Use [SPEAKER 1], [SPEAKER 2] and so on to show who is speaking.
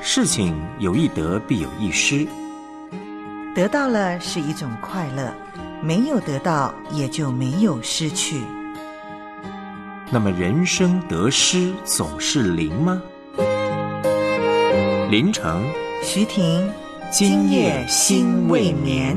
[SPEAKER 1] 事情有一得必有一失，
[SPEAKER 2] 得到了是一种快乐，没有得到也就没有失去。
[SPEAKER 1] 那么人生得失总是零吗？林城，
[SPEAKER 2] 徐婷，
[SPEAKER 1] 今夜心未眠。